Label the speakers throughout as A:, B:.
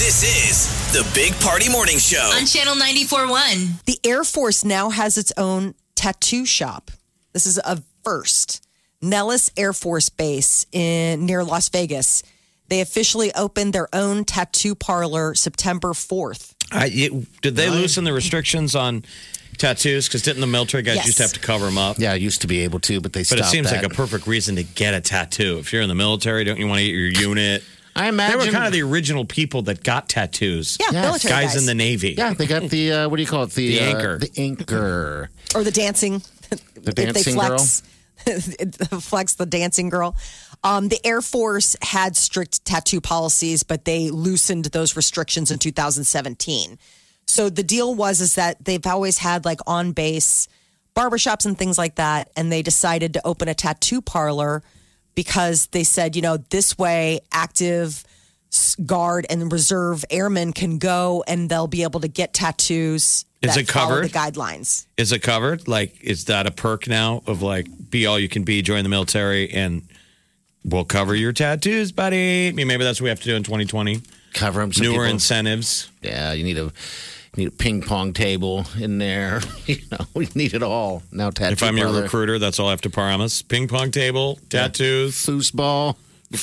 A: This is the Big Party Morning Show.
B: on Channel 94.1.
C: The Air Force now has its own tattoo shop. This is a first. Nellis Air Force Base in near Las Vegas. They officially opened their own tattoo parlor September 4th.
D: I, it, did they loosen the restrictions on tattoos? Because didn't the military guys
C: Yes.
D: used to have to cover them up?
E: Yeah, I used to be able to, but they
D: But
E: stopped
D: it seems
E: that.
D: like a perfect reason to get a tattoo. If you're in the military, don't you want to get your unit?
E: I
D: They
E: imagine
D: were kind of the original people that got tattoos.
C: Yeah,
E: Yes.
C: military
D: Guys in the Navy.
E: Yeah, they got the uh, what do you call it? The,
D: The
E: uh,
D: anchor.
E: the anchor.
C: or the dancing.
E: The
C: if they
E: dancing
C: flex, flex the dancing girl. Um, the Air Force had strict tattoo policies, but they loosened those restrictions in 2017. So the deal was is that they've always had like on base barbershops and things like that, and they decided to open a tattoo parlor because they said, you know, this way active s- guard and reserve airmen can go and they'll be able to get tattoos.
D: Is
C: that
D: it
C: follow
D: covered?
C: The guidelines.
D: Is it covered? Like, is that a perk now of like, be all you can be, join the military, and we'll cover your tattoos, buddy? I mean, maybe that's what we have to do in 2020.
E: Cover them.
D: Newer incentives.
E: Yeah, you need a you need a ping pong table in there. You know, we need it all now. Tattoo.
D: If I'm your
E: parlor,
D: recruiter, that's all I have to promise. Ping pong table, tattoos,
E: foosball.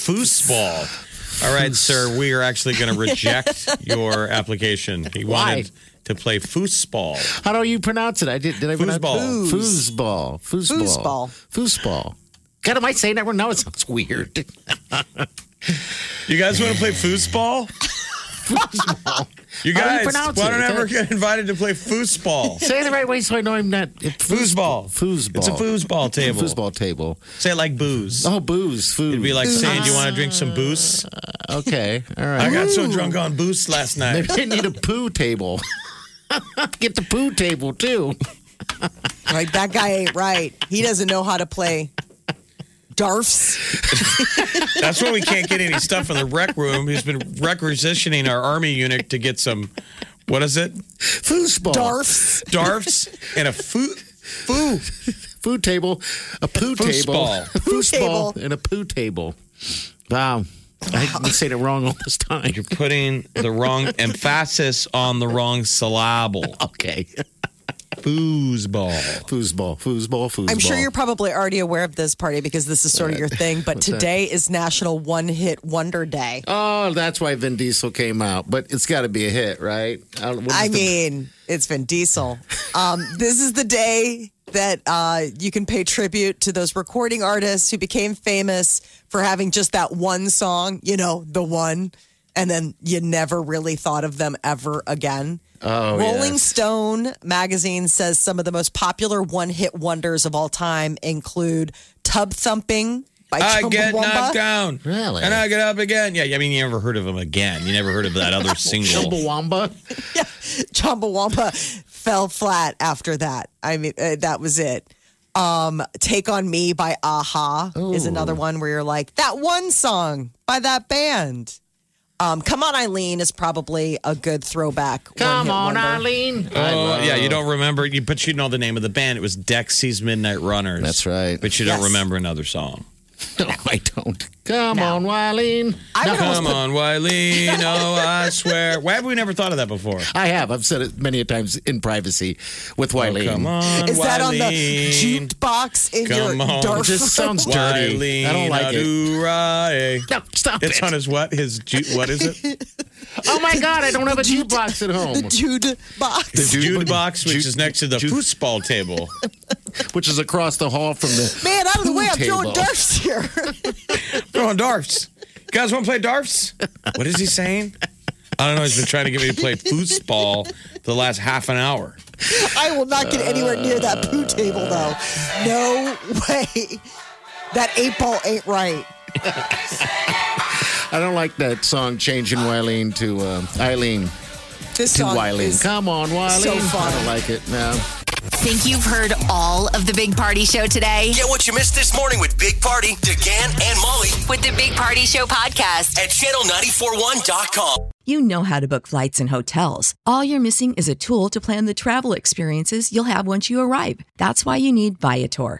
D: foosball. All right, sir, we are actually going to reject your application. He
E: Why?
D: wanted to play foosball.
E: How do you pronounce it? I did. Did I pronounce
D: Foosball.
E: Foosball. Foosball.
C: Foosball.
E: Foosball. God, am I saying that wrong? No, it sounds weird.
D: You guys want to play foosball?
E: Foosball.
D: You
E: How do
D: guys,
E: you pronounce
D: why
E: it?
D: don't I ever
E: Okay.
D: get invited to play foosball?
E: Say it the right way so I know I'm not. it-
D: Foosball.
E: Foosball.
D: It's a foosball table.
E: Foosball table.
D: Say it like booze.
E: Oh, booze. Food.
D: It'd be like saying, "Do you want to drink some booze?"
E: okay, all right.
D: I got so drunk on booze last night.
E: Maybe they need a poo table. Get the poo table too.
C: Like that guy ain't right. He doesn't know how to play darfs.
D: That's why we can't get any stuff in the rec room. He's been requisitioning our army unit to get some. What is it?
E: Foosball.
C: Darfs.
D: Darfs and a food.
E: Foo. Food table. A poo table.
D: Foosball.
E: Foosball
C: table.
E: and a poo table. Wow. I we said it wrong all this time.
D: You're putting the wrong emphasis on the wrong syllable.
E: Okay.
D: Foosball.
E: Foosball. Foosball. Foosball.
C: I'm sure you're probably already aware of this party because this is sort of your thing, but today is National One Hit Wonder Day.
E: Oh, that's why Vin Diesel came out, but it's got to be a hit, right? I, don't- what is
C: I
E: the-
C: mean, it's Vin Diesel. Um, this is the day that uh, you can pay tribute to those recording artists who became famous for having just that one song, you know, the one, and then you never really thought of them ever again.
E: Oh,
C: Rolling
E: yes.
C: Stone magazine says some of the most popular one hit wonders of all time include Tub Thumping by
D: I get knocked
C: Chumbawamba.
D: down.
E: Really?
D: And I get up again. Yeah, I mean, you never heard of him again. You never heard of that other single.
E: Chumbawamba.
C: Chumbawamba fell flat after that. I mean, uh, that was it. Um, Take on Me by Aha is another one where you're like, that one song by that band. Um, Come on, Eileen is probably a good throwback.
E: Come
C: one-hit
E: on,
C: wonder.
E: Eileen. I
D: Oh,
E: love-
D: yeah, you don't remember, you, but you know the name of the band. It was Dexy's Midnight Runners.
E: That's right.
D: But you don't
C: Yes.
D: remember another song.
E: No, I don't. Come on, Eileen.
C: I would almost
D: Come on, Wileen. Oh, I swear. Why have we never thought of that before?
E: I have. I've said it many a times in privacy with Wiley.
D: Oh, Come on,
C: Is that on the
D: Wileen.
C: jukebox in
D: Come
C: your
D: on.
E: It
C: dark
E: just sounds dirty.
D: Wileen
E: I don't like it.
D: Adurai.
E: No, stop
D: It's
E: it.
D: on his what? His ju- what is it?
E: oh my God, I don't have a jukebox at home,
C: Jude box?
D: The
E: ju-
D: Jude box, which
E: ju-
D: is next to the foosball table.
E: which is across the hall from the.
C: Man, out of the way! I'm
E: Pool
C: throwing
E: table.
C: darts here.
D: Throwing darts. You guys want to play darts? What is he saying? I don't know. He's been trying to get me to play foosball the last half an hour.
C: I will not get anywhere near that poo table, though. No way. That eight ball ain't right.
E: I don't like that song changing Wileen to uh, Eileen
C: This
E: to
C: song
E: Wileen.
C: is-
E: Come on, Wileen.
C: fun.
E: I don't like it. No.
B: Think you've heard all of the Big Party Show today
A: Get what you missed this morning with Big Party, DeGan, and Molly
B: with the Big Party Show podcast.
A: at channel941.com.
F: You know how to book flights and hotels. All you're missing is a tool to plan the travel experiences you'll have once you arrive. That's why you need Viator.